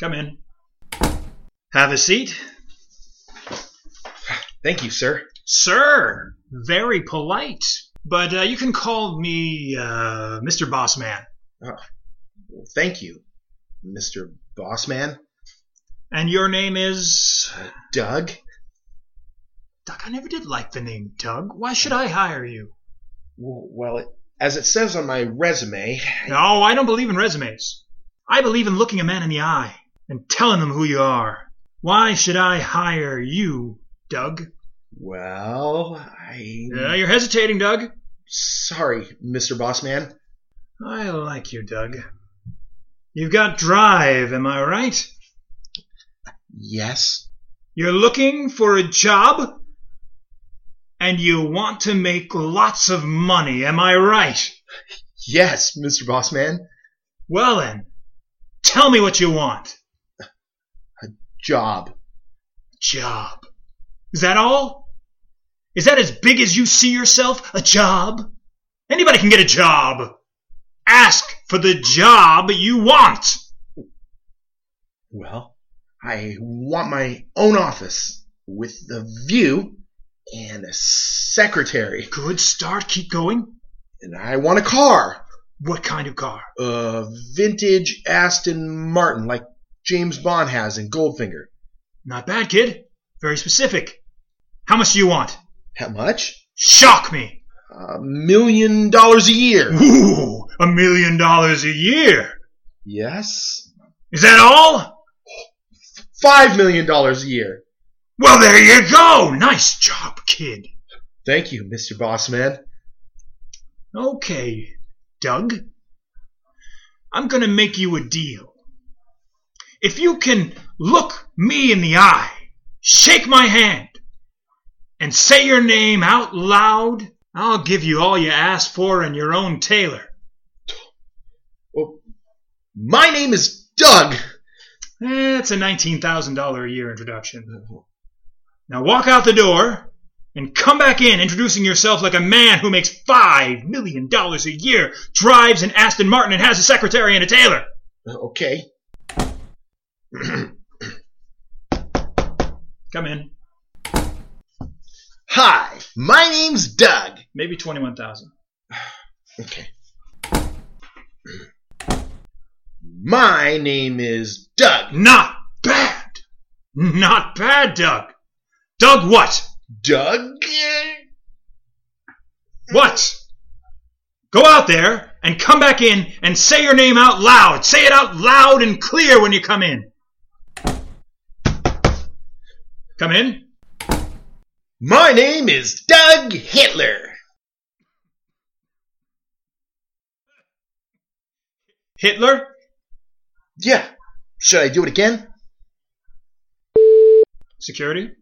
Come in. Have a seat. Thank you, sir. Sir, very polite. But uh, you can call me uh, Mr. Bossman. Thank you, Mr. Bossman. And your name is. Doug? Doug, I never did like the name Doug. Why should I hire you? W- Well, it, as it says on my resume, No, I don't believe in resumes. I believe in looking a man in the eye and telling them who you are. Why should I hire you, Doug? well, I. Yeah, you're hesitating, Doug. Sorry, Mr. Bossman. I like you, Doug. You've got drive, am I right? Yes. You're looking for a job? And you want to make lots of money, am I right? Yes, Mr. Bossman. Well then, tell me what you want. Job. Job. Is that all? Is that as big as you see yourself? A job? Anybody can get a job. Ask for the job you want. Well, I want my own office with the view and a secretary. Good start, keep going. And I want a car. What kind of car? A vintage Aston Martin like James Bond has in Goldfinger. Not bad, kid. Very specific. How much do you want? How much? Shock me. A million dollars a year. Ooh, a million dollars a year. Yes. Is that all? Five million dollars a year. Well, there you go. Nice job, kid. Thank you, Mr. Bossman. Okay, Doug. I'm gonna make you a deal. If you can look me in the eye, shake my hand, and say your name out loud, I'll give you all you asked for and your own tailor. Well, my name is Doug. That's Eh, a $19,000 a year introduction. Now walk out the door and come back in introducing yourself like a man who makes $5 million a year, drives an Aston Martin, and has a secretary and a tailor. Okay. Come in. Hi, my name's Doug. Maybe 21,000. Okay. My name is Doug. Not bad. Not bad, Doug. Doug what? Doug? eh, What? Go out there and come back in and say your name out loud. Say it out loud and clear when you come in. Come in. My name is Doug Hitler. Hitler? Yeah. Should I do it again? Security?